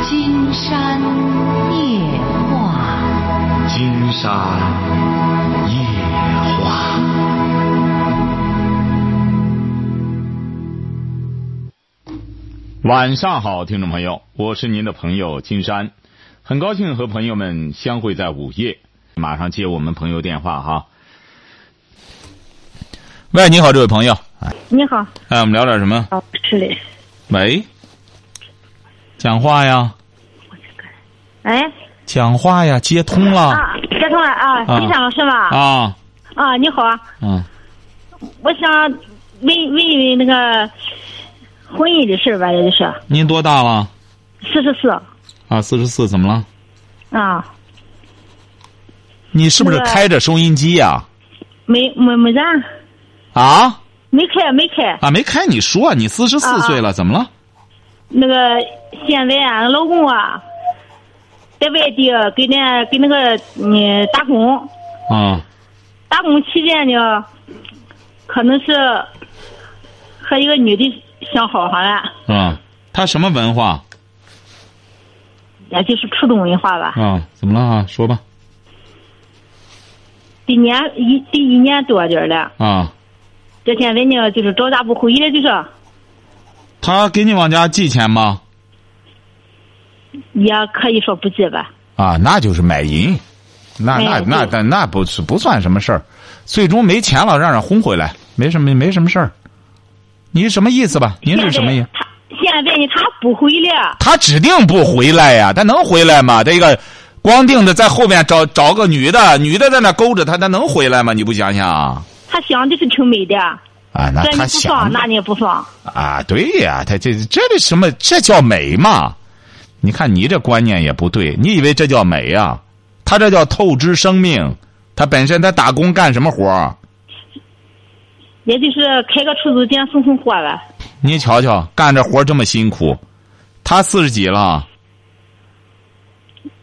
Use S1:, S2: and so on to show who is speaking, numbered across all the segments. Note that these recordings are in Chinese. S1: 金山夜话，
S2: 金山夜话。晚上好，听众朋友，我是您的朋友金山，很高兴和朋友们相会在午夜。马上接我们朋友电话哈。喂，你好，这位朋友，
S3: 你好，
S2: 哎，我们聊点什么？
S3: 老师嘞，
S2: 喂，讲话呀，
S3: 哎
S2: 讲话呀，接通了
S3: 啊，接通了啊，
S2: 啊
S3: 金山老师吗？
S2: 啊，
S3: 啊，你好，
S2: 嗯，
S3: 我想问问一问那个婚姻的事儿吧，也就是
S2: 您多大了？
S3: 四十四
S2: 啊，四十四，怎么了？
S3: 啊，
S2: 你是不是
S3: 那个
S2: 开着收音机呀、
S3: 没没没然
S2: 啊？
S3: 没开没开，
S2: 啊，没开你说，你四十四
S3: 啊
S2: 岁了，怎么了？
S3: 那个现在啊，老公啊，在外地啊给那给那个嗯打工，
S2: 啊
S3: 打工期间呢，可能是和一个女的相好上了，
S2: 啊，他什么文化
S3: 也就是初中文化吧。
S2: 啊？怎么了啊？说吧
S3: 第年一第一年多点儿了，
S2: 啊。
S3: 这现在呢就是招打不回来，就是
S2: 他给你往家寄钱吗？
S3: 也可以说不济吧。
S2: 啊，那就是买淫，那那
S3: 哎
S2: 那
S3: 对
S2: 那那不是不算什么事儿，最终没钱了让人轰回来，没什么没什么事儿。你什么意思吧？您是什么意
S3: 现在？他现在呢，他不回来，
S2: 他指定不回来呀，他能回来吗？这个光腚的在后面找找个女的，女的在那勾着他，他能回来吗？你不想想啊？
S3: 他想的是挺美的，
S2: 啊，那
S3: 这你
S2: 他
S3: 不
S2: 想
S3: 放，
S2: 的
S3: 那你也不放。
S2: 啊，对呀、他这这这什么？这叫美嘛？你看你这观念也不对，你以为这叫美呀、他这叫透支生命。他本身他打工干什么活儿
S3: 也就是开个出租店送送货吧。
S2: 你瞧瞧，干这活儿这么辛苦，他四十几了，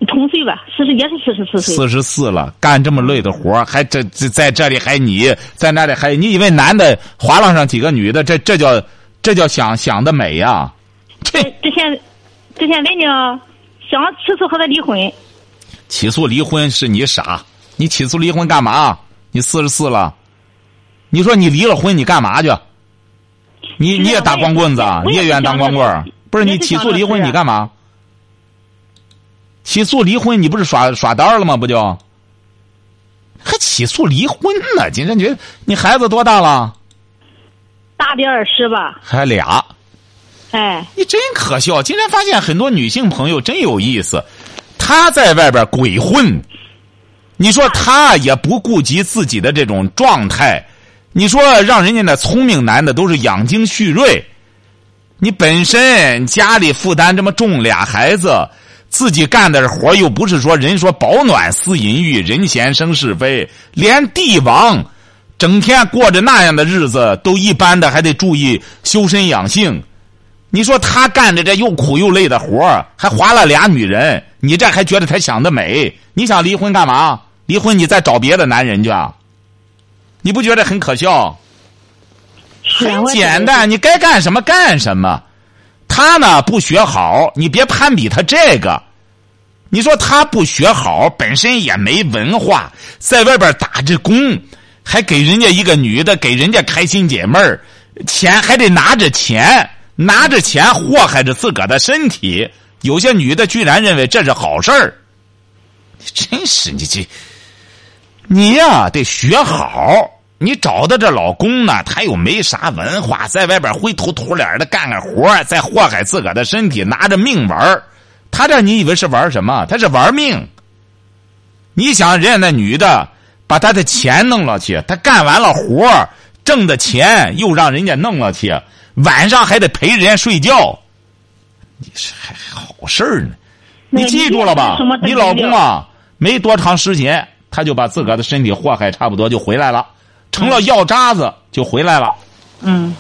S3: 同岁吧，四十也是四十四岁。
S2: 四十四了，干这么累的活儿还这这在这里还你在那里还你以为男的划拉上几个女的，这这叫这叫想想的美啊呀、这
S3: 这这现这现在呢，想起诉和他离婚，
S2: 起诉离婚是你傻，你起诉离婚干嘛？你四十四了，你说你离了婚你干嘛去？你
S3: 是啊
S2: 你也打光棍子啊？
S3: 我
S2: 你
S3: 也
S2: 也愿意当光棍儿？不
S3: 我
S2: 是
S3: 也
S2: 你
S3: 是
S2: 起
S3: 想
S2: 诉
S3: 这
S2: 离婚
S3: 事啊
S2: 你干嘛？起诉离婚你不是耍耍单儿了吗？不就？还起诉离婚呢？金山觉，你孩子多大了？
S3: 大的二十吧，
S2: 还俩。
S3: 哎，
S2: 你真可笑！今天发现很多女性朋友真有意思，她在外边鬼混，你说她也不顾及自己的这种状态，你说让人家那聪明男的都是养精蓄锐，你本身家里负担这么重，俩孩子。自己干的活儿又不是说人说保暖思淫欲，人闲生是非，连帝王整天过着那样的日子，都一般的还得注意修身养性。你说他干着这又苦又累的活儿，还划了俩女人，你这还觉得他想得美？你想离婚干嘛？离婚你再找别的男人去啊？你不觉得很可笑？
S3: 是啊
S2: 很
S3: 我也觉得
S2: 简单，你该干什么干什么。他呢不学好，你别攀比他这个。你说他不学好，本身也没文化，在外边打着工，还给人家一个女的，给人家开心姐妹儿，钱还得拿着钱，拿着钱祸害着自个儿的身体。有些女的居然认为这是好事儿，你真是你这，你呀、得学好。你找的这老公呢，他又没啥文化，在外边灰头土脸的干个活儿，再祸害自个儿的身体，拿着命玩儿。他这你以为是玩什么？他是玩命。你想人家那女的把他的钱弄了去，他干完了活儿挣的钱又让人家弄了去，晚上还得陪人家睡觉，你是还好事儿呢。
S3: 那
S2: 你记住了吧
S3: 你什么？
S2: 你老公啊，没多长时间他就把自个儿的身体祸害差不多就回来了，成了药渣子就回来了。
S3: 嗯，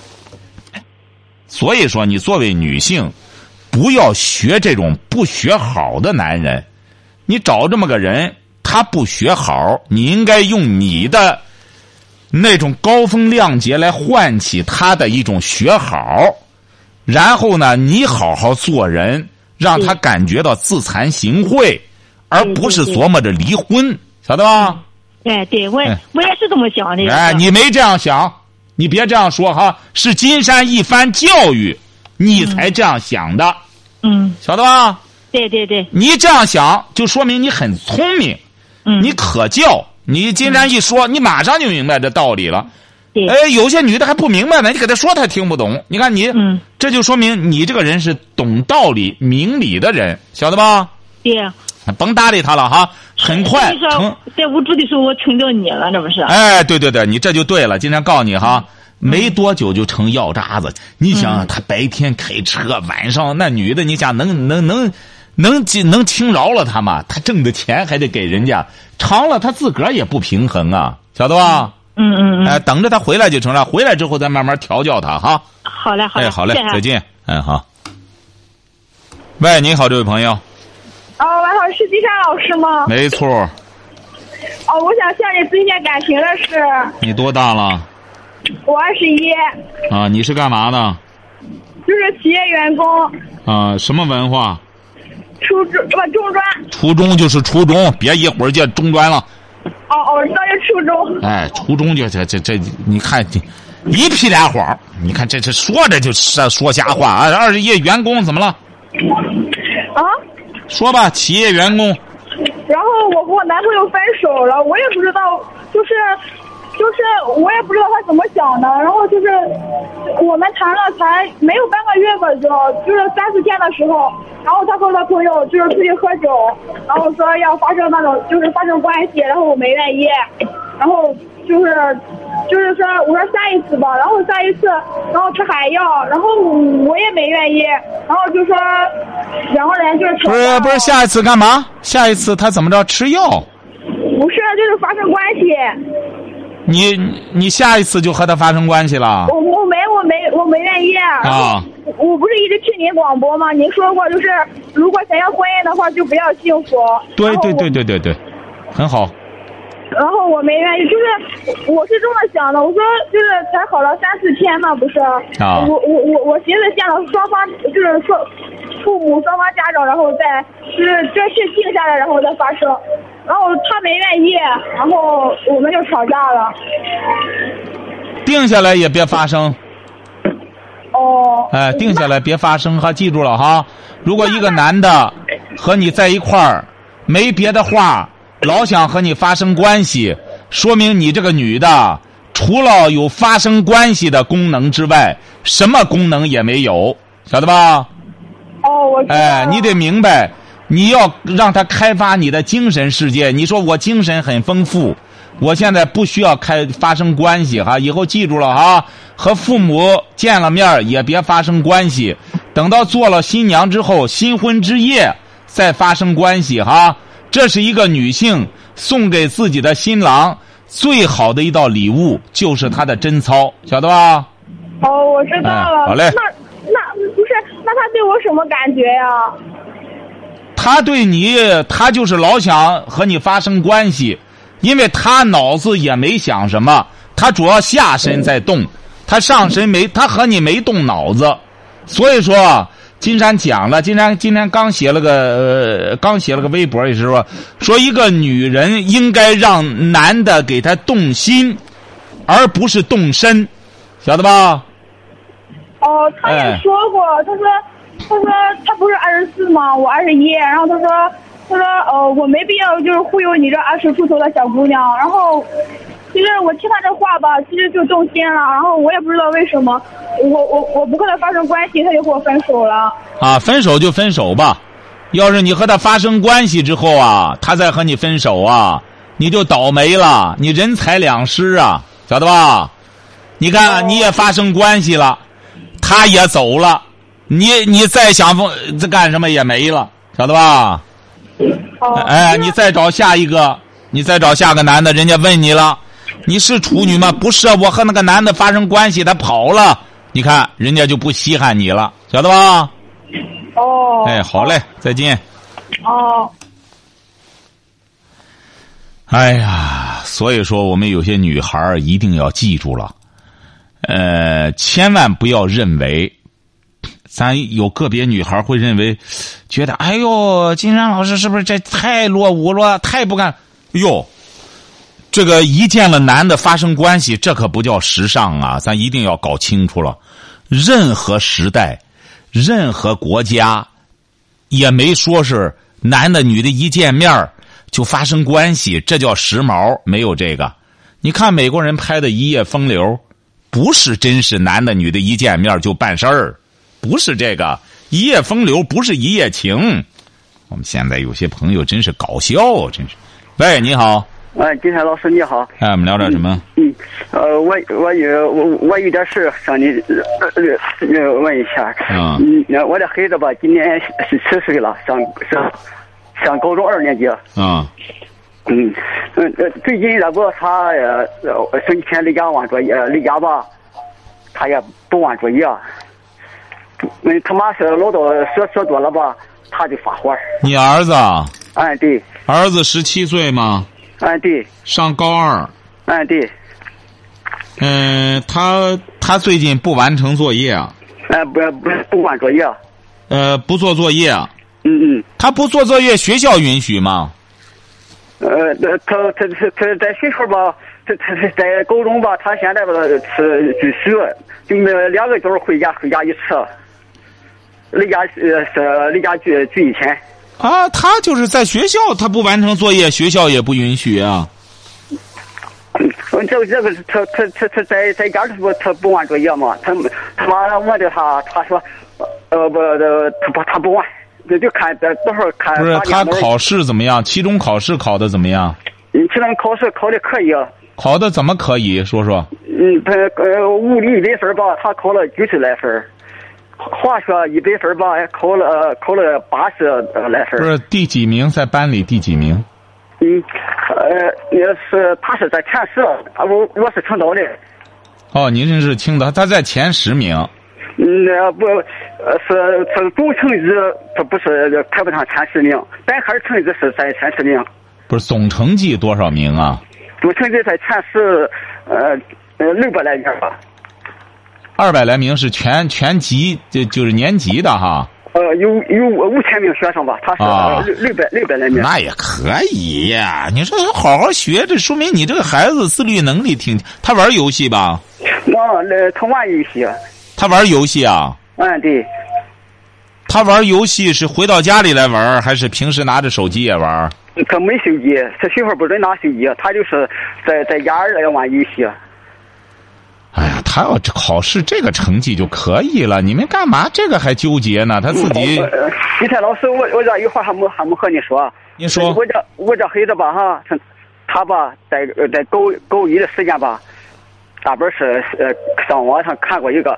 S2: 所以说，你作为女性，不要学这种不学好的男人。你找这么个人，他不学好，你应该用你的那种高风亮节来唤
S3: 嗯
S2: 起他的一种学好。然后呢，你好好做人，让他感觉到自惭形秽，而不是
S3: 嗯对对
S2: 琢磨着离婚，晓得吧？
S3: 哎，对我也、
S2: 哎
S3: 我也是这么想的。
S2: 哎，你没这样想，你别这样说哈，是金山一番教育，你才这样想的，
S3: 嗯，
S2: 晓得吧？
S3: 对对对，
S2: 你这样想，就说明你很聪明，
S3: 嗯，
S2: 你可教。你金山一说，你马上就明白这道理了。
S3: 对，
S2: 哎，有些女的还不明白呢，你给她说她听不懂。你看你，
S3: 嗯
S2: 这就说明你这个人是懂道理、明理的人，晓得吧？
S3: 对。
S2: 甭搭理她了哈，很快
S3: 所以
S2: 成
S3: 说。，在无助的时候，我听到你了，这不是？
S2: 哎，对对对，你这就对了。今天告诉你
S3: 嗯
S2: 哈，没多久就成药渣子。你想想，他白天开车，晚上那女的，你想能能能能能能轻饶了他吗？他挣的钱还得给人家，长了他自个儿也不平衡啊，晓得吧？
S3: 嗯嗯嗯，
S2: 哎，等着他回来就成了，回来之后再慢慢调教他哈。
S3: 好嘞好嘞，
S2: 哎，好嘞
S3: 谢谢，啊
S2: 再。见。哎，好。喂，你好，这位朋友，
S4: 哦，晚上是金山老师吗？
S2: 没错儿，
S4: 哦，我想向你推荐感情的事。
S2: 你多大了？
S4: 我二十一，
S2: 啊，你是干嘛的？
S4: 就是企业员工，
S2: 啊，什么文化？
S4: 初中不中专。
S2: 初中就是初中，别一会儿就中专了。
S4: 哦哦，那就初中。
S2: 哎，初中就这这这，你看这一屁俩谎儿，你看这这说着就是说瞎话啊！二十一员工怎么了？
S4: 啊，
S2: 说吧，企业员工
S4: 然后我和我男朋友分手了，我也不知道，就是。就是我也不知道他怎么想的，然后就是我们谈了才没有半个月吧，就就是三四天的时候，然后他和他朋友就是出去喝酒，然后说要发生那种就是发生关系，然后我没愿意，然后就是就是说我说下一次吧，然后下一次，然后他还要，然后我也没愿意，然后就说两个人就是
S2: 不是不是下一次干嘛？下一次他怎么着吃药？
S4: 不是就是发生关系，
S2: 你你下一次就和他发生关系了
S4: 我我没我没我没愿意然后
S2: 啊？
S4: 我不是一直听您广播吗？您说过就是，如果想要婚姻的话，就不要幸福。
S2: 对
S4: 然后
S2: 对
S4: 我
S2: 对。对对对，很好。
S4: 然后我没愿意，就是我是这么想的，我说就是才好了三四天嘛，不是？
S2: 啊
S4: 我我我我寻思见了双方，就是说父母双方家长，然后再就是这事定下来，然后再发生。然后他没愿意，然后我们就吵架了。
S2: 定下来也别发生，
S4: 哦。
S2: 哎，定下来别发生哈，记住了哈。如果一个男的和你在一块儿，没别的话，老想和你发生关系，说明你这个女的除了有发生关系的功能之外，什么功能也没有，晓得吧？
S4: 哦，我知道了。
S2: 哎，你得明白，你要让他开发你的精神世界。你说我精神很丰富，我现在不需要开发生关系哈。以后记住了哈，和父母见了面儿也别发生关系，等到做了新娘之后，新婚之夜再发生关系哈。这是一个女性送给自己的新郎最好的一道礼物，就是她的贞操，晓得吧？
S4: 哦，我知道了。
S2: 哎好嘞
S4: 那那不是，那他对我什么感觉呀？
S2: 他对你，他就是老想和你发生关系，因为他脑子也没想什么，他主要下身在动，他上身没，他和你没动脑子，所以说。金山讲了，金山今天刚写了个、呃、刚写了个微博，也是说说一个女人应该让男的给她动心，而不是动身，晓得吧？
S4: 哦，他也
S2: 哎
S4: 说过，他说，他说他不是二十四吗？我二十一，然后他说，他说，呃，我没必要就是忽悠你这二十出头的小姑娘。然后，其实我听他这话吧，其实就动心了。然后我也不知道为什么，我我我不跟他发生关系，他就和我分手了。
S2: 啊，分手就分手吧。要是你和他发生关系之后啊，他再和你分手啊，你就倒霉了，你人财两失啊，晓得吧？你
S4: 哦
S2: 看啊你也发生关系了，他也走了，你你再想分这干什么也没了，晓得吧？
S4: 哦，
S2: 哎，
S4: 那
S2: 你再找下一个，你再找下个男的，人家问你了，你是处女
S4: 嗯
S2: 吗？不是，啊我和那个男的发生关系，他跑了，你看人家就不稀罕你了，晓得吧？
S4: 哦，
S2: 哎，好嘞，再见。
S4: 哦，
S2: 哎呀，所以说我们有些女孩儿一定要记住了，呃，千万不要认为咱有个别女孩会认为，觉得哎呦，金山老师是不是这太落伍了，太不干哟？这个一见了男的发生关系，这可不叫时尚啊！咱一定要搞清楚了，任何时代，任何国家，也没说是男的女的一见面儿就发生关系，这叫时髦，没有这个。你看美国人拍的《一夜风流》，不是真是男的女的一见面就办事儿，不是这个《一夜风流》，不是一夜情。我们现在有些朋友真是搞笑，真是。喂，你好。
S5: 哎，金山老师你好，
S2: 哎，我们聊点什么？
S5: 嗯，呃，我我有我我有点事向你呃呃呃问一下，
S2: 啊
S5: 嗯，呃我的孩子吧，今年十十岁了，上上上高中二年级了，
S2: 啊、
S5: 嗯嗯，呃最近那个他呃呃星期天离家晚作业，离家吧，他也不晚作业，嗯，他妈是唠叨说说多了吧，他就发火儿，
S2: 你儿子啊，
S5: 哎对，
S2: 儿子十七岁嘛，
S5: 哎对，
S2: 上高二。
S5: 哎对，
S2: 嗯、他他最近不完成作业啊，
S5: 哎不不不管作业，
S2: 呃，不做作业啊。
S5: 嗯嗯。
S2: 他不做作业，学校允许吗？
S5: 呃，那他他他他在学校吧，他他他在高中吧，他现在吧呃是只需就那两个小时回家回家一次，离家呃是离家聚聚一天，
S2: 啊，他就是在学校，他不完成作业，学校也不允许啊。
S5: 嗯这个这个他他他他在在家他不他不完作业嘛，他他妈我的他他说，呃不呃他不他不完，就就看到到时候看
S2: 不是
S5: 八点
S2: 哎他
S5: 多
S2: 考试怎么样？期中考试考的怎么样？
S5: 嗯，期中考试考的可以，啊
S2: 考的怎么可以？说说。
S5: 嗯，他呃物理一百分儿吧，他考了九十来分儿，化学一百分儿吧，考了呃考了八十来分
S2: 不
S5: 儿。
S2: 是第几名？在班里第几名？
S5: 嗯，呃，也是他是在前十，啊我我是青岛的，
S2: 哦，您这是青岛，他在前十名。
S5: 嗯，呃不，呃是是总成绩他不是排不上前十名，但还是成绩是在前十名，
S2: 不是总成绩多少名啊？
S5: 总成绩在前十，呃呃六百来名儿吧，
S2: 二百来名是全全级，就就是年级的哈。
S5: 呃有有五千名学生吧，他是
S2: 啊
S5: 呃六六百六百来名。
S2: 那也可以呀、你说好好学，这说明你这个孩子自律能力挺。他玩游戏吧？
S5: 那那他玩游戏，
S2: 他玩游戏啊？
S5: 嗯对。
S2: 他玩游戏是回到家里来玩，还是平时拿着手机也玩？
S5: 他没手机，他媳妇儿不准拿手机，他就是在在家里玩游戏。
S2: 哎呀，他要考试这个成绩就可以了，你们干嘛这个还纠结呢？他自 己
S5: 我呃李泰老师，我我这有话还没还没和你说。啊
S2: 您说
S5: 我这我这孩子吧哈，他他吧在呃在高高一的时间吧，大本是呃上网上看过一个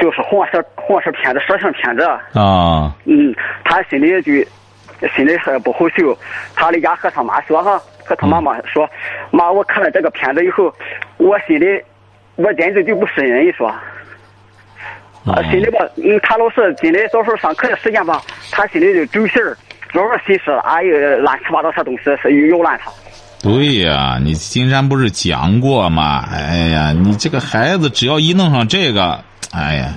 S5: 就是黄色黄色片子、色情片子。
S2: 啊，
S5: 嗯，他心里就心里还不好受，他离家和他妈说哈，和他妈妈说，妈，我看了这个片子以后，我心里我简直就不是人，一说。啊，心里吧，嗯，他老是心里到时候上课的时间吧，他心里就揪心儿，老是心思，哎呀，乱七八糟啥东西是又乱他。
S2: 对呀、你金山不是讲过吗？哎呀，你这个孩子只要一弄上这个，哎呀，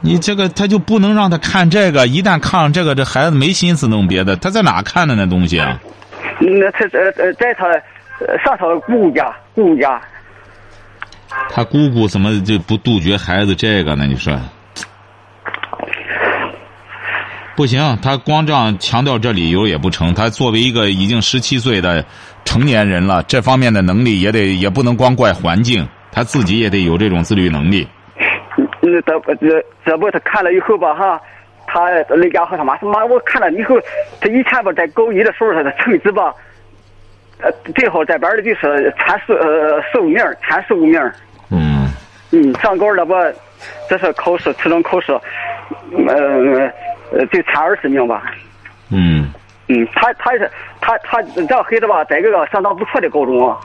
S2: 你这个他就不能让他看这个，一旦看上这个，这孩子没心思弄别的，他在哪看的那东西啊？
S5: 嗯，那他呃呃，在他呃上他姑姑家，姑姑家，
S2: 他姑姑怎么就不杜绝孩子这个呢？你说，不行，他光这样强调这理由也不成。他作为一个已经十七岁的成年人了，这方面的能力也得也不能光怪环境，他自己也得有这种自律能力。
S5: 嗯，这不这这不他看了以后吧哈，他呃那家伙他妈他妈我看了以后，他以前吧在高一的时候他的成绩吧，呃最好在班里就是前十呃十五名儿，前十五名儿。
S2: 嗯，
S5: 嗯，上高了吧，这是考试初中考试，呃呃就前二十名吧。
S2: 嗯，
S5: 嗯，他他是他他这孩子吧，在这个相当不错的高中，啊，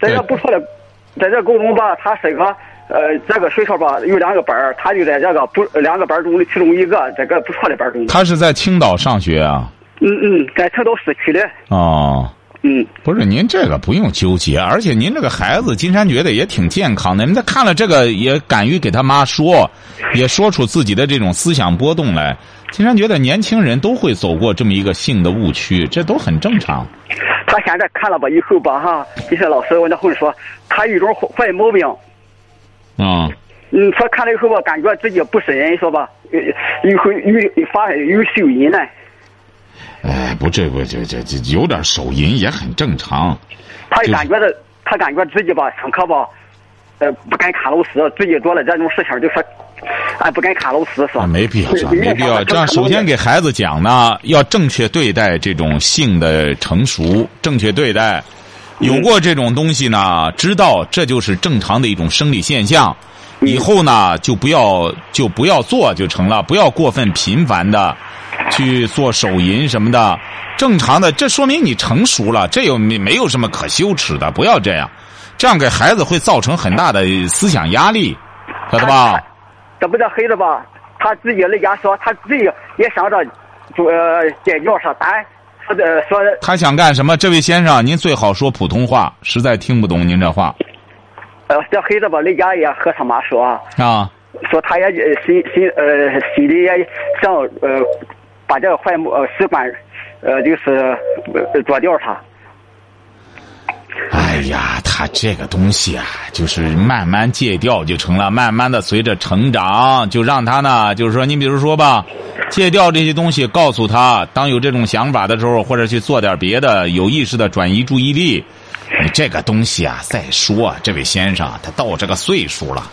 S5: 在这不错的，在这高中吧，他是个呃这个学校吧有两个班儿他就在这个不两个班中的其中一个，这个不错的班中。
S2: 他是在青岛上学啊？
S5: 嗯嗯，在青岛市区的，
S2: 哦，
S5: 嗯，
S2: 不是您这个不用纠结，而且您这个孩子，金山觉得也挺健康的。人家看了这个也敢于给他妈说，也说出自己的这种思想波动来。金山觉得年轻人都会走过这么一个性的误区，这都很正常。
S5: 他现在看了吧以后吧哈，金山老师，我那会儿说他有一种坏毛病，
S2: 啊、
S5: 嗯，他看了以后吧，感觉自己不是人，说吧，呃有后有发有秀淫呢，
S2: 哎，不，这不这这这有点手淫也很正常。
S5: 他
S2: 就是
S5: 感觉的，他感觉自己吧上课吧，呃不敢卡螺丝，自己做了这种事情就说，哎不敢卡螺丝是吧？
S2: 啊，没必要，这样没必要。这样，首先给孩子讲呢，要正确对待这种性的成熟，正确对待。有过这种东西呢，知道这就是正常的一种生理现象，以后呢就不要就不要做就成了，不要过分频繁的去做手淫什么的，正常的，这说明你成熟了，这有没没有什么可羞耻的？不要这样，这样给孩子会造成很大的思想压力，晓得吧？
S5: 这不这黑子吧，他自己在家说，他自己也想着，就呃解决上，咱呃说的说
S2: 他想干什么？这位先生，您最好说普通话，实在听不懂您这话
S5: 呃这黑子吧，在家也和他妈说，
S2: 啊。
S5: 说他也呃心心呃心里也想呃把这个坏毛呃习惯呃就是呃做掉他。
S2: 哎呀，他这个东西啊，就是慢慢戒掉就成了，慢慢的随着成长，就让他呢，就是说，你比如说吧，戒掉这些东西，告诉他，当有这种想法的时候，或者去做点别的，有意识的转移注意力。你这个东西啊，再说啊，这位先生，他到这个岁数了，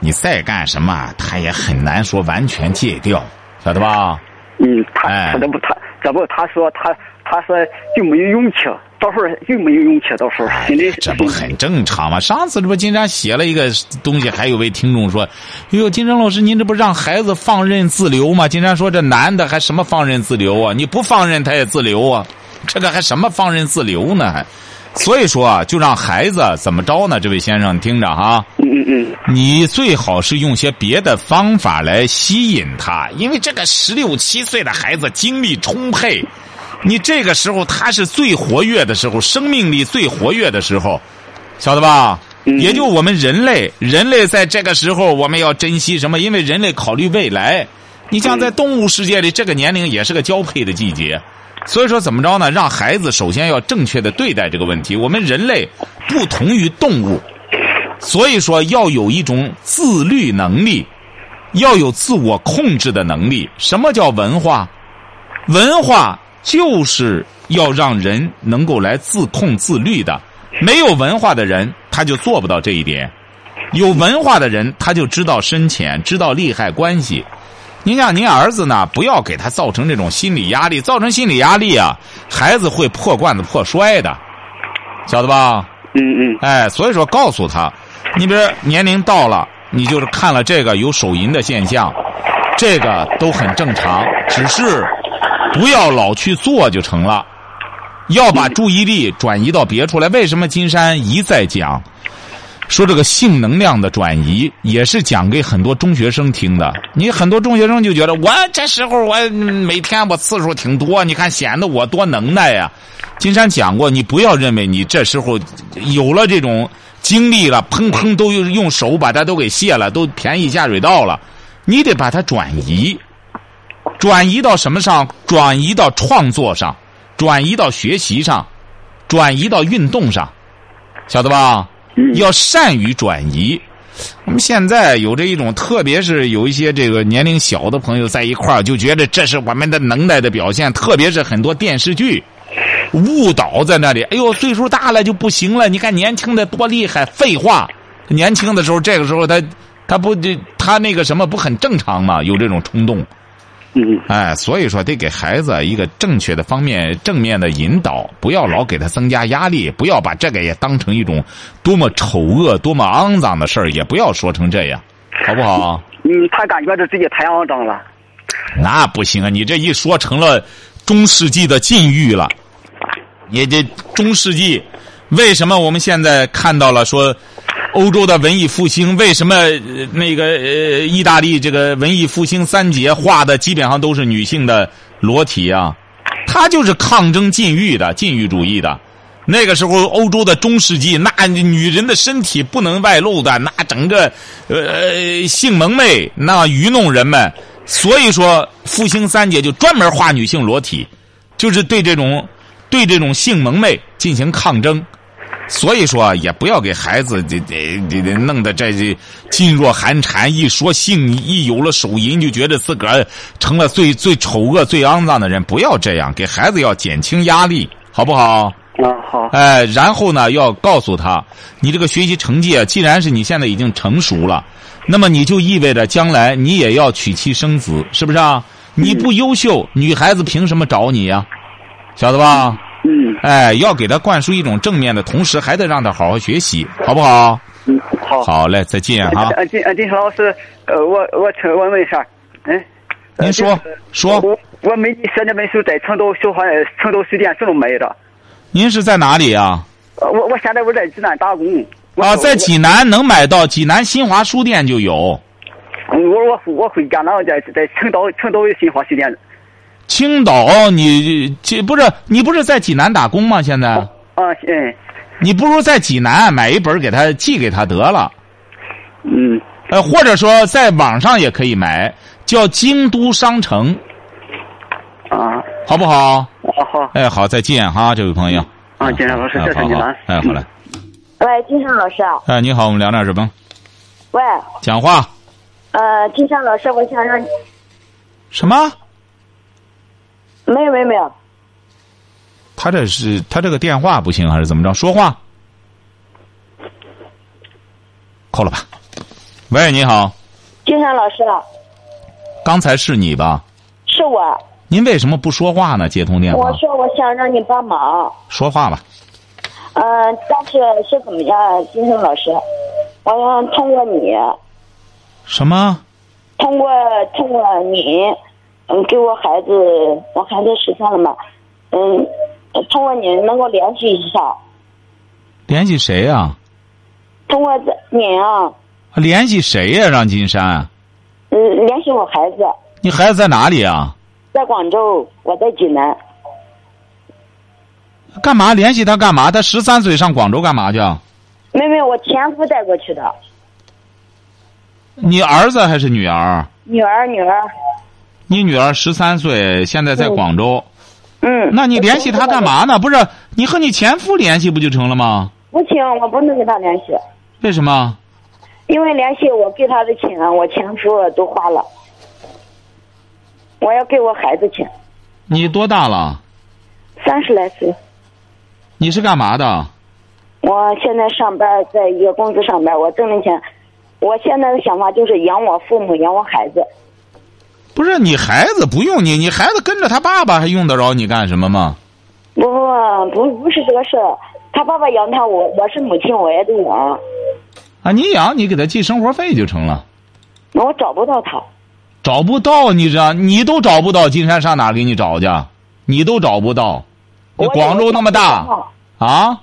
S2: 你再干什么，他也很难说完全戒掉，晓得吧？
S5: 嗯，他
S2: 哎
S5: 他这不他这不他说他他说就没有勇气，到时候又没有勇气，到时候
S2: 哎
S5: 心里嗯
S2: 呀这不很正常吗？上次这不金山写了一个东西，还有位听众说：“哎呦，金山老师，您这不让孩子放任自流吗？”金山说：“这男的还什么放任自流啊？你不放任他也自流啊，这个还什么放任自流呢？还，所以说啊，就让孩子怎么着呢？这位先生，听着哈、
S5: 嗯嗯嗯
S2: 你最好是用些别的方法来吸引他，因为这个十六七岁的孩子精力充沛，你这个时候他是最活跃的时候，生命力最活跃的时候，晓得吧？也就我们人类，人类在这个时候我们要珍惜什么？因为人类考虑未来。你像在动物世界里，这个年龄也是个交配的季节，所以说怎么着呢？让孩子首先要正确的对待这个问题。我们人类不同于动物，所以说要有一种自律能力，要有自我控制的能力。什么叫文化？文化就是要让人能够来自控自律的。没有文化的人，他就做不到这一点；有文化的人，他就知道深浅，知道利害关系。您像您儿子呢，不要给他造成这种心理压力，造成心理压力啊，孩子会破罐子破摔的，晓得吧？
S5: 嗯嗯
S2: 哎，所以说告诉他，你比如年龄到了，你就是看了这个有手淫的现象，这个都很正常，只是不要老去做就成了，要把注意力转移到别处来。为什么金山一再讲？说这个性能量的转移也是讲给很多中学生听的。你很多中学生就觉得我这时候我嗯每天我次数挺多，你看显得我多能耐呀、金山讲过，你不要认为你这时候有了这种经历了，砰砰都用用手把它都给卸了，都便宜下水道了，你得把它转移，转移到什么上？转移到创作上，转移到学习上，转移到运动上，晓得吧？要善于转移。我们现在有这一种，特别是有一些这个年龄小的朋友在一块儿，就觉得这是我们的能耐的表现。特别是很多电视剧，误导在那里。哎呦，岁数大了就不行了，你看年轻的多厉害！废话，年轻的时候，这个时候他他不他那个什么不很正常吗？有这种冲动。
S5: 嗯
S2: 哎，所以说得给孩子一个正确的方面、正面的引导，不要老给他增加压力，不要把这个也当成一种多么丑恶、多么肮脏的事儿，也不要说成这样，好不好？
S5: 嗯，他感觉着自己太肮脏了。
S2: 那不行啊！你这一说成了中世纪的禁欲了，也这中世纪，为什么我们现在看到了说欧洲的文艺复兴？为什么呃那个呃意大利这个文艺复兴三杰画的基本上都是女性的裸体啊？他就是抗争禁欲的禁欲主义的，那个时候欧洲的中世纪，那女人的身体不能外露的，那整个呃性蒙昧，那愚弄人们。所以说，复兴三姐就专门画女性裸体，就是对这种对这种性蒙昧进行抗争。所以说，也不要给孩子这这这这弄得这这噤若寒蝉。一说性，一有了手淫，就觉得自个儿成了最最丑恶、最肮脏的人。不要这样，给孩子要减轻压力，好不好？
S5: 啊，好，
S2: 哎，然后呢，要告诉他，你这个学习成绩啊，既然是你现在已经成熟了，那么你就意味着将来你也要娶妻生子，是不是啊？你不优秀，女孩子凭什么找你呀、晓得吧？
S5: 嗯
S2: 哎，要给他灌输一种正面的同时，还得让他好好学习，好不好？
S5: 嗯，好。
S2: 好嘞，再见啊 哈。
S5: 呃，金呃金石老师，呃，我我请我问一下，嗯，呃
S2: 您说
S5: 就是
S2: 说，
S5: 我我美籍写那本书在成都小环成都书店郑州买的，
S2: 您是在哪里啊？
S5: 呃我我现在我在济南打工。我
S2: 啊，
S5: 我
S2: 在济南能买到，济南新华书店就有，
S5: 我我我回家了，在在青岛青岛新华书店。
S2: 青岛哦你这不是你不是在济南打工吗？现在？
S5: 啊，嗯
S2: 你不如在济南买一本给他寄给他得了，
S5: 嗯，
S2: 呃，或者说在网上也可以买，叫京都商城，
S5: 啊
S2: 好不好？
S5: 啊好
S2: 哎，好，再见哈，这位朋友。
S5: 啊，金山老师，
S2: 哎
S5: 谢谢
S2: 好
S5: 你
S2: 好
S5: 了。
S2: 哎，好嘞。
S6: 喂，金山老师啊，
S2: 哎，你好，我们聊点什么？
S6: 喂，
S2: 讲话
S6: 呃，金山老师，我想让你，
S2: 什么？
S6: 没有没有没有，
S2: 他这是他这个电话不行还是怎么着？说话，扣了吧。喂，你好，
S6: 金山老师啊，
S2: 刚才是你吧？
S6: 是我，
S2: 您为什么不说话呢？接通电话
S6: 我，说我想让你帮忙，
S2: 说话吧。
S6: 嗯、但是是怎么样，啊金山老师，我想通过你，
S2: 什么？
S6: 通过通过你，嗯，给我孩子，我孩子十三了嘛，嗯，通过你能够联系一下，
S2: 联系谁呀、
S6: 通过你啊，
S2: 联系谁呀、让金山？啊
S6: 嗯，联系我孩子，
S2: 你孩子在哪里啊？
S6: 在广州，我在济南，
S2: 干嘛联系他干嘛？他十三岁上广州干嘛去啊？
S6: 没有没有，我前夫带过去的，
S2: 你儿子还是女儿？
S6: 女儿女儿。
S2: 你女儿十三岁，现在在广州，
S6: 嗯，
S2: 那你联系他干？嘛呢？不是你和你前夫联系不就成了吗？
S6: 不行，我不能跟他联系，
S2: 为什么？
S6: 因为联系我给他的钱，我前夫都花了，我要给我孩子钱，
S2: 你多大了？
S6: 三十来岁，
S2: 你是干嘛的？
S6: 我现在上班，在一个公司上班，我挣的钱，我现在的想法就是养我父母，养我孩子。
S2: 不是你孩子不用你，你孩子跟着他爸爸还用得着你干什么吗？
S6: 不不不，不是这个事儿，他爸爸养他，我我是母亲，我也得养，
S2: 啊，你养你给他寄生活费就成了，
S6: 我找不到他，
S2: 找不到你这你都找不到，金山上哪儿给你找去？啊你都找不到，你
S6: 我
S2: 广州那么大。啊？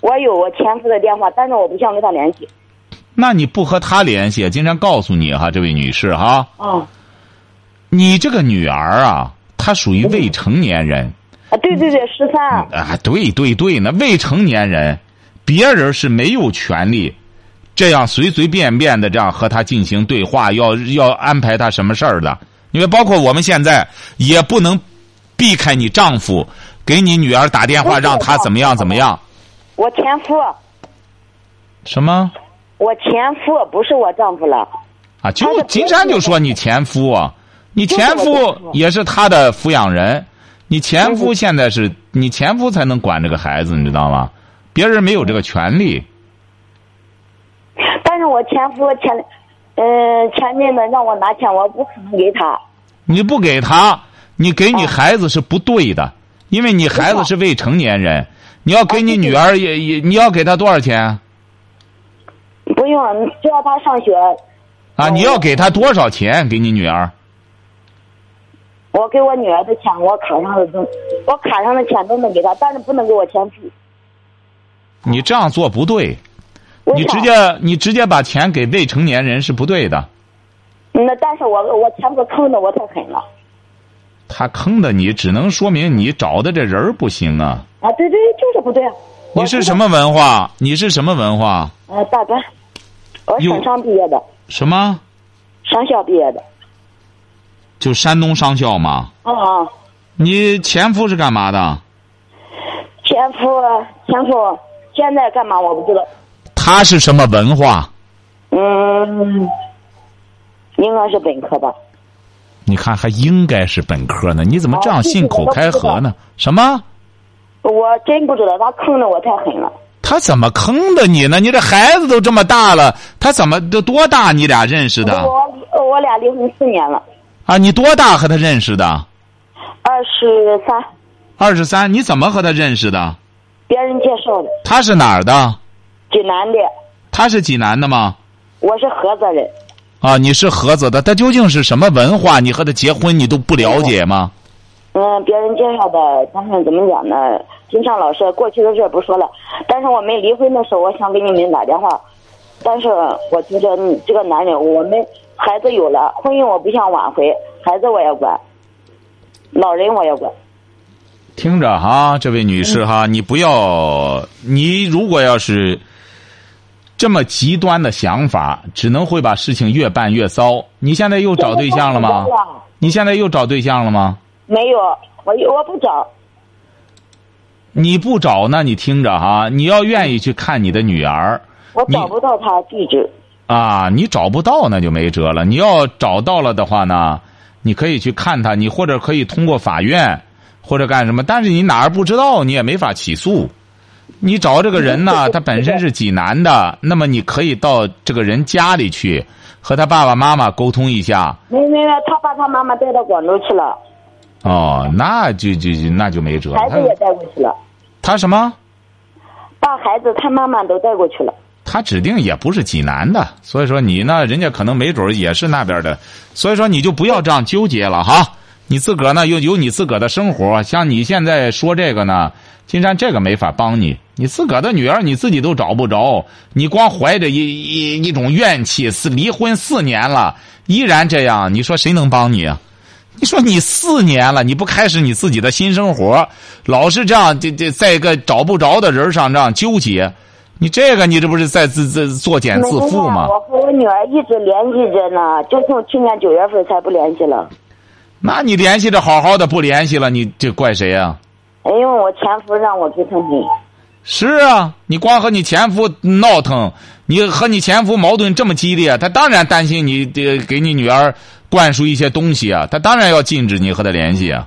S6: 我有我前夫的电话，但是我不想跟他联系。
S2: 那你不和他联系，经常告诉你哈，这位女士哈，
S6: 啊、
S2: 你这个女儿啊，她属于未成年人
S6: 啊，对对对，十三、
S2: 啊，对对对，那未成年人，别人是没有权利这样随随便便的这样和她进行对话，要要安排她什么事儿的，因为包括我们现在也不能避开你丈夫给你女儿打电话，让她怎么样怎么样，
S6: 我前夫，
S2: 什么
S6: 我前夫不是我丈夫了。
S2: 啊？就金山就说你前夫啊，你前夫也是他的抚养人，你前夫现在是你前夫才能管这个孩子，你知道吗？别人没有这个权利。
S6: 但是我前夫前，嗯、前面的让我拿钱，我不可能给他。
S2: 你不给他，你给你孩子是不对的，因为你孩子是未成年人，你要给你女儿也也，你要给她多少钱
S6: 不用，只要他上学，
S2: 啊？你要给她多少钱给你女儿？
S6: 我给我女儿的钱，我卡上的都，我卡上的钱都能给他，但是不能给我前夫。
S2: 你这样做不对，
S6: 为
S2: 你
S6: 啥
S2: 直接你直接把钱给未成年人是不对的。
S6: 那，嗯但是我我前夫坑的我太狠了
S2: 他坑的你，只能说明你找的这人儿不行啊。
S6: 啊！对对，就是不对。
S2: 你是什么文化？你是什么文化？
S6: 呃，大专，我是
S2: 哟
S6: 省上毕业的，
S2: 什么？
S6: 上校毕业的。
S2: 就山东商校吗？
S6: 啊、嗯，
S2: 你前夫是干嘛的？
S6: 前夫，前夫现在干嘛我不知道。
S2: 他是什么文化？
S6: 嗯，应该是本科吧。
S2: 你看，还应该是本科呢，你怎么这样
S6: 哦这
S2: 信口开河呢？什么？
S6: 我真不知道，他坑的我太狠了。
S2: 他怎么坑的你呢？你这孩子都这么大了，他怎么都多大？你俩认识的
S6: 我我俩离婚四年了，
S2: 啊？你多大和他认识的？
S6: 二十三，
S2: 二十三，你怎么和他认识的？
S6: 别人介绍的，
S2: 他是哪儿的？
S6: 济南的，
S2: 他是济南的吗？
S6: 我是菏泽人。
S2: 啊，你是菏泽的，他究竟是什么文化？你和他结婚，你都不了解吗？
S6: 嗯，别人介绍的，但是怎么讲呢？金尚老师，过去的事儿不说了。但是我们离婚的时候，我想给你们打电话，但是我觉得你这个男人，我们孩子有了，婚姻我不想挽回，孩子我也管，老人我也管。
S2: 听着哈，这位女士哈，
S6: 嗯
S2: 你不要，你如果要是这么极端的想法，只能会把事情越办越糟。你现在又找对象了吗
S6: 我不啊找了？
S2: 你现在又找对象了吗？
S6: 没有，我我不找，
S2: 你不找，那你听着哈，你要愿意去看你的女儿
S6: 我
S2: 你
S6: 找不到他地址。
S2: 啊，你找不到那就没辙了。你要找到了的话呢，你可以去看她，你或者可以通过法院或者干什么，但是你哪儿不知道，你也没法起诉。你找这个人
S6: 嗯
S2: 呢，他本身是济南的，那么你可以到这个人家里去和他爸爸妈妈沟通一下。
S6: 没没没，他把他妈妈带到广州去了，
S2: 哦，那就就就那就没辙了。
S6: 孩子
S2: 他
S6: 也带过去了，
S2: 他什么？
S6: 把孩子他妈妈都带过去了。
S2: 他指定也不是济南的，所以说你呢，人家可能没准儿也是那边的，所以说你就不要这样纠结了哈。你自个儿呢，有有你自个儿的生活，像你现在说这个呢，金山这个没法帮你。你自个儿的女儿你自己都找不着，你光怀着一一一种怨气，是离婚四年了，依然这样，你说谁能帮你啊？你说你四年了，你不开始你自己的新生活，老是这样，这这在一个找不着的人上这样纠结，你这个你这不是在自自作茧自缚吗
S6: 没有啊？我和我女儿一直联系着呢，就从去年九月份才不联系了。
S2: 那你联系的好好的不联系了，你这怪谁啊？
S6: 因为哎我前夫让我去探亲，
S2: 是啊，你光和你前夫闹腾，你和你前夫矛盾这么激烈，他当然担心你这给你女儿灌输一些东西啊，他当然要禁止你和他联系啊。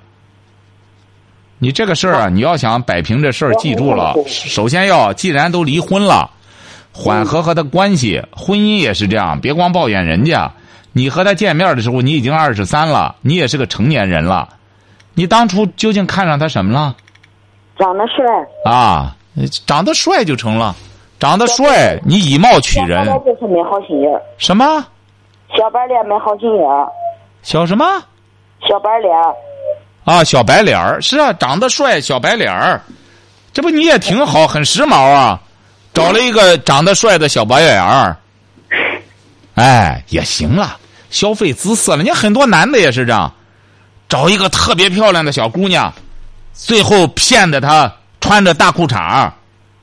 S2: 你这个事儿啊，你要想摆平这事儿，记住了，首先要既然都离婚了，缓和和他关系，婚姻也是这样，别光抱怨人家。你和他见面的时候，你已经二十三了，你也是个成年人了，你当初究竟看上他什么了？
S6: 长得帅，
S2: 啊，长得帅就成了，长得帅你以貌取
S6: 小
S2: 人
S6: 白。脸就是没好心眼儿，
S2: 什么
S6: 小白脸没好心眼儿，
S2: 小什么
S6: 小白脸
S2: 啊？小白脸儿是啊，长得帅，小白脸儿，这不你也挺好，很时髦啊，找了一个长得帅的小白脸儿，哎，也行了，消费姿色了。你看很多男的也是这样，找一个特别漂亮的小姑娘，最后骗得她穿着大裤衩儿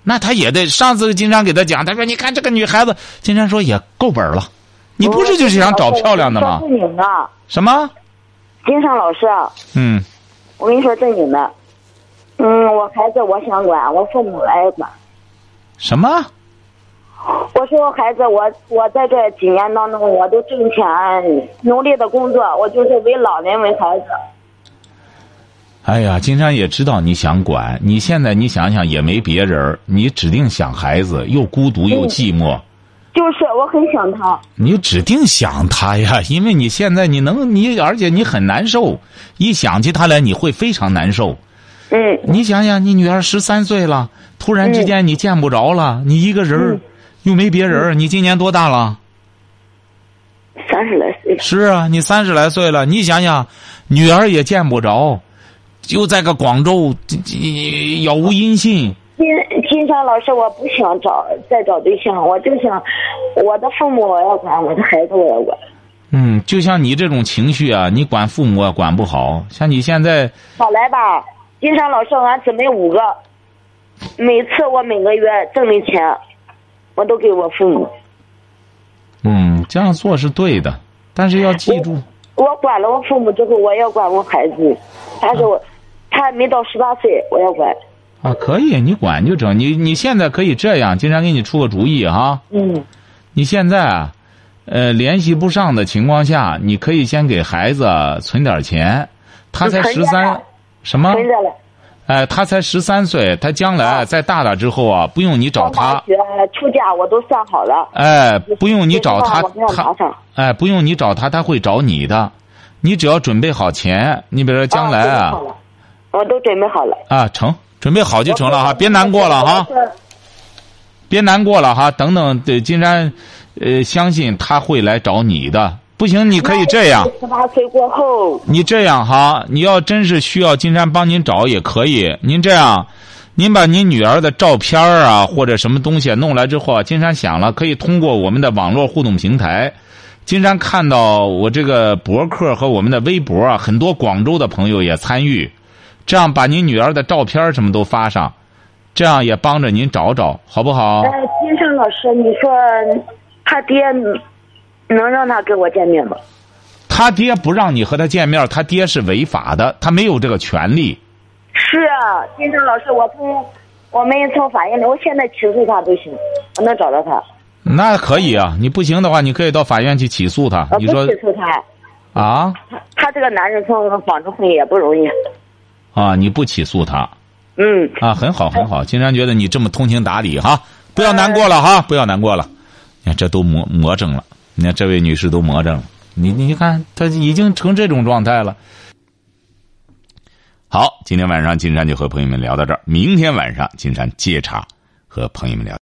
S2: 那他也得上次经常给他讲，他说：“你看这个女孩子，金山说也够本儿了，你不是就是想找漂亮的吗
S6: 我跟你说正经的，
S2: 什么？
S6: 金尚老师，啊，
S2: 嗯，
S6: 我跟你说正经的，嗯，我孩子我想管，我父母来管。
S2: 什么？
S6: 我说孩子，我我在这几年当中，我都挣钱，努力的工作，我就是为老人为孩子。
S2: 哎呀，金山也知道你想管，你现在你想想也没别人儿，你指定想孩子，又孤独又寂寞，
S6: 就是我很想他，
S2: 你指定想他呀， 因为你现在你能你，而且你很难受，一想起他来你会非常难受。
S6: 嗯，
S2: 你想想，你女儿十三岁了，突然之间你见不着了，你一个人儿，又没别人儿，你今年多大了？
S6: 三十来岁了，
S2: 是啊，你三十来岁了，你想想，女儿也见不着，就在个广州，这这杳无音信。
S6: 金金山老师，我不想找再找对象，我就想我的父母我要管，我的孩子我要管。
S2: 嗯，就像你这种情绪啊，你管父母啊管不好，像你现在，
S6: 好来吧，金山老师，俺姊妹五个，每次我每个月挣的钱，我都给我父母。
S2: 嗯，这样做是对的，但是要记住，
S6: 我管了我父母之后，我也要管我孩子。但是我，他还没到十八岁，我要管。
S2: 啊，可以，你管就成。你你现在可以这样，金山给你出个主意哈。
S6: 嗯
S2: 你现在啊，呃，联系不上的情况下，你可以先给孩子存点钱。他才
S6: 存
S2: 十
S6: 着
S2: 三
S6: 呢，
S2: 什么？
S6: 存着啊了。
S2: 哎，他才十三岁，他将来再大了之后啊，不用你找
S6: 上
S2: 他
S6: 大，学出嫁我都算好了。
S2: 哎，不用你找他
S6: 我不要，拿
S2: 他
S6: 上
S2: 哎，不用你找他，他会找你的。你只要准备好钱，你比如说将来
S6: 啊
S2: 啊
S6: 准备好了我都准备好了。
S2: 啊成，准备好就成了哈，别难过了哈。
S6: 我是
S2: 别难过了哈，等等，对金山，呃，相信他会来找你的。不行，你可以这样，哦
S6: 十八岁过后，
S2: 你这样哈，你要真是需要金山帮您找也可以。您这样，您把您女儿的照片儿啊或者什么东西弄来之后啊，金山想了，可以通过我们的网络互动平台。金山看到我这个博客和我们的微博啊，很多广州的朋友也参与，这样把您女儿的照片儿什么都发上，这样也帮着您找找，好不好？
S6: 哎，金山老师，你说他爹能让他跟我见面吗？
S2: 他爹不让你和他见面，他爹是违法的，他没有这个权利。
S6: 是啊，金山老师，我从我们从法院里，我现在起诉他都行，我能找到他。
S2: 那可以啊，你不行的话，你可以到法院去起诉他
S6: 我。
S2: 你
S6: 不
S2: 说
S6: 起诉他，
S2: 啊
S6: 他这个男人从纺织婚也不容易。
S2: 啊，你不起诉他
S6: 嗯，
S2: 啊，很好很好。金山觉得你这么通情达理哈，不要难过了哈，不要难过了。你看这都魔魔怔了，你看这位女士都魔怔了。你你看，她已经成这种状态了。好，今天晚上金山就和朋友们聊到这儿，明天晚上金山接茬和朋友们聊。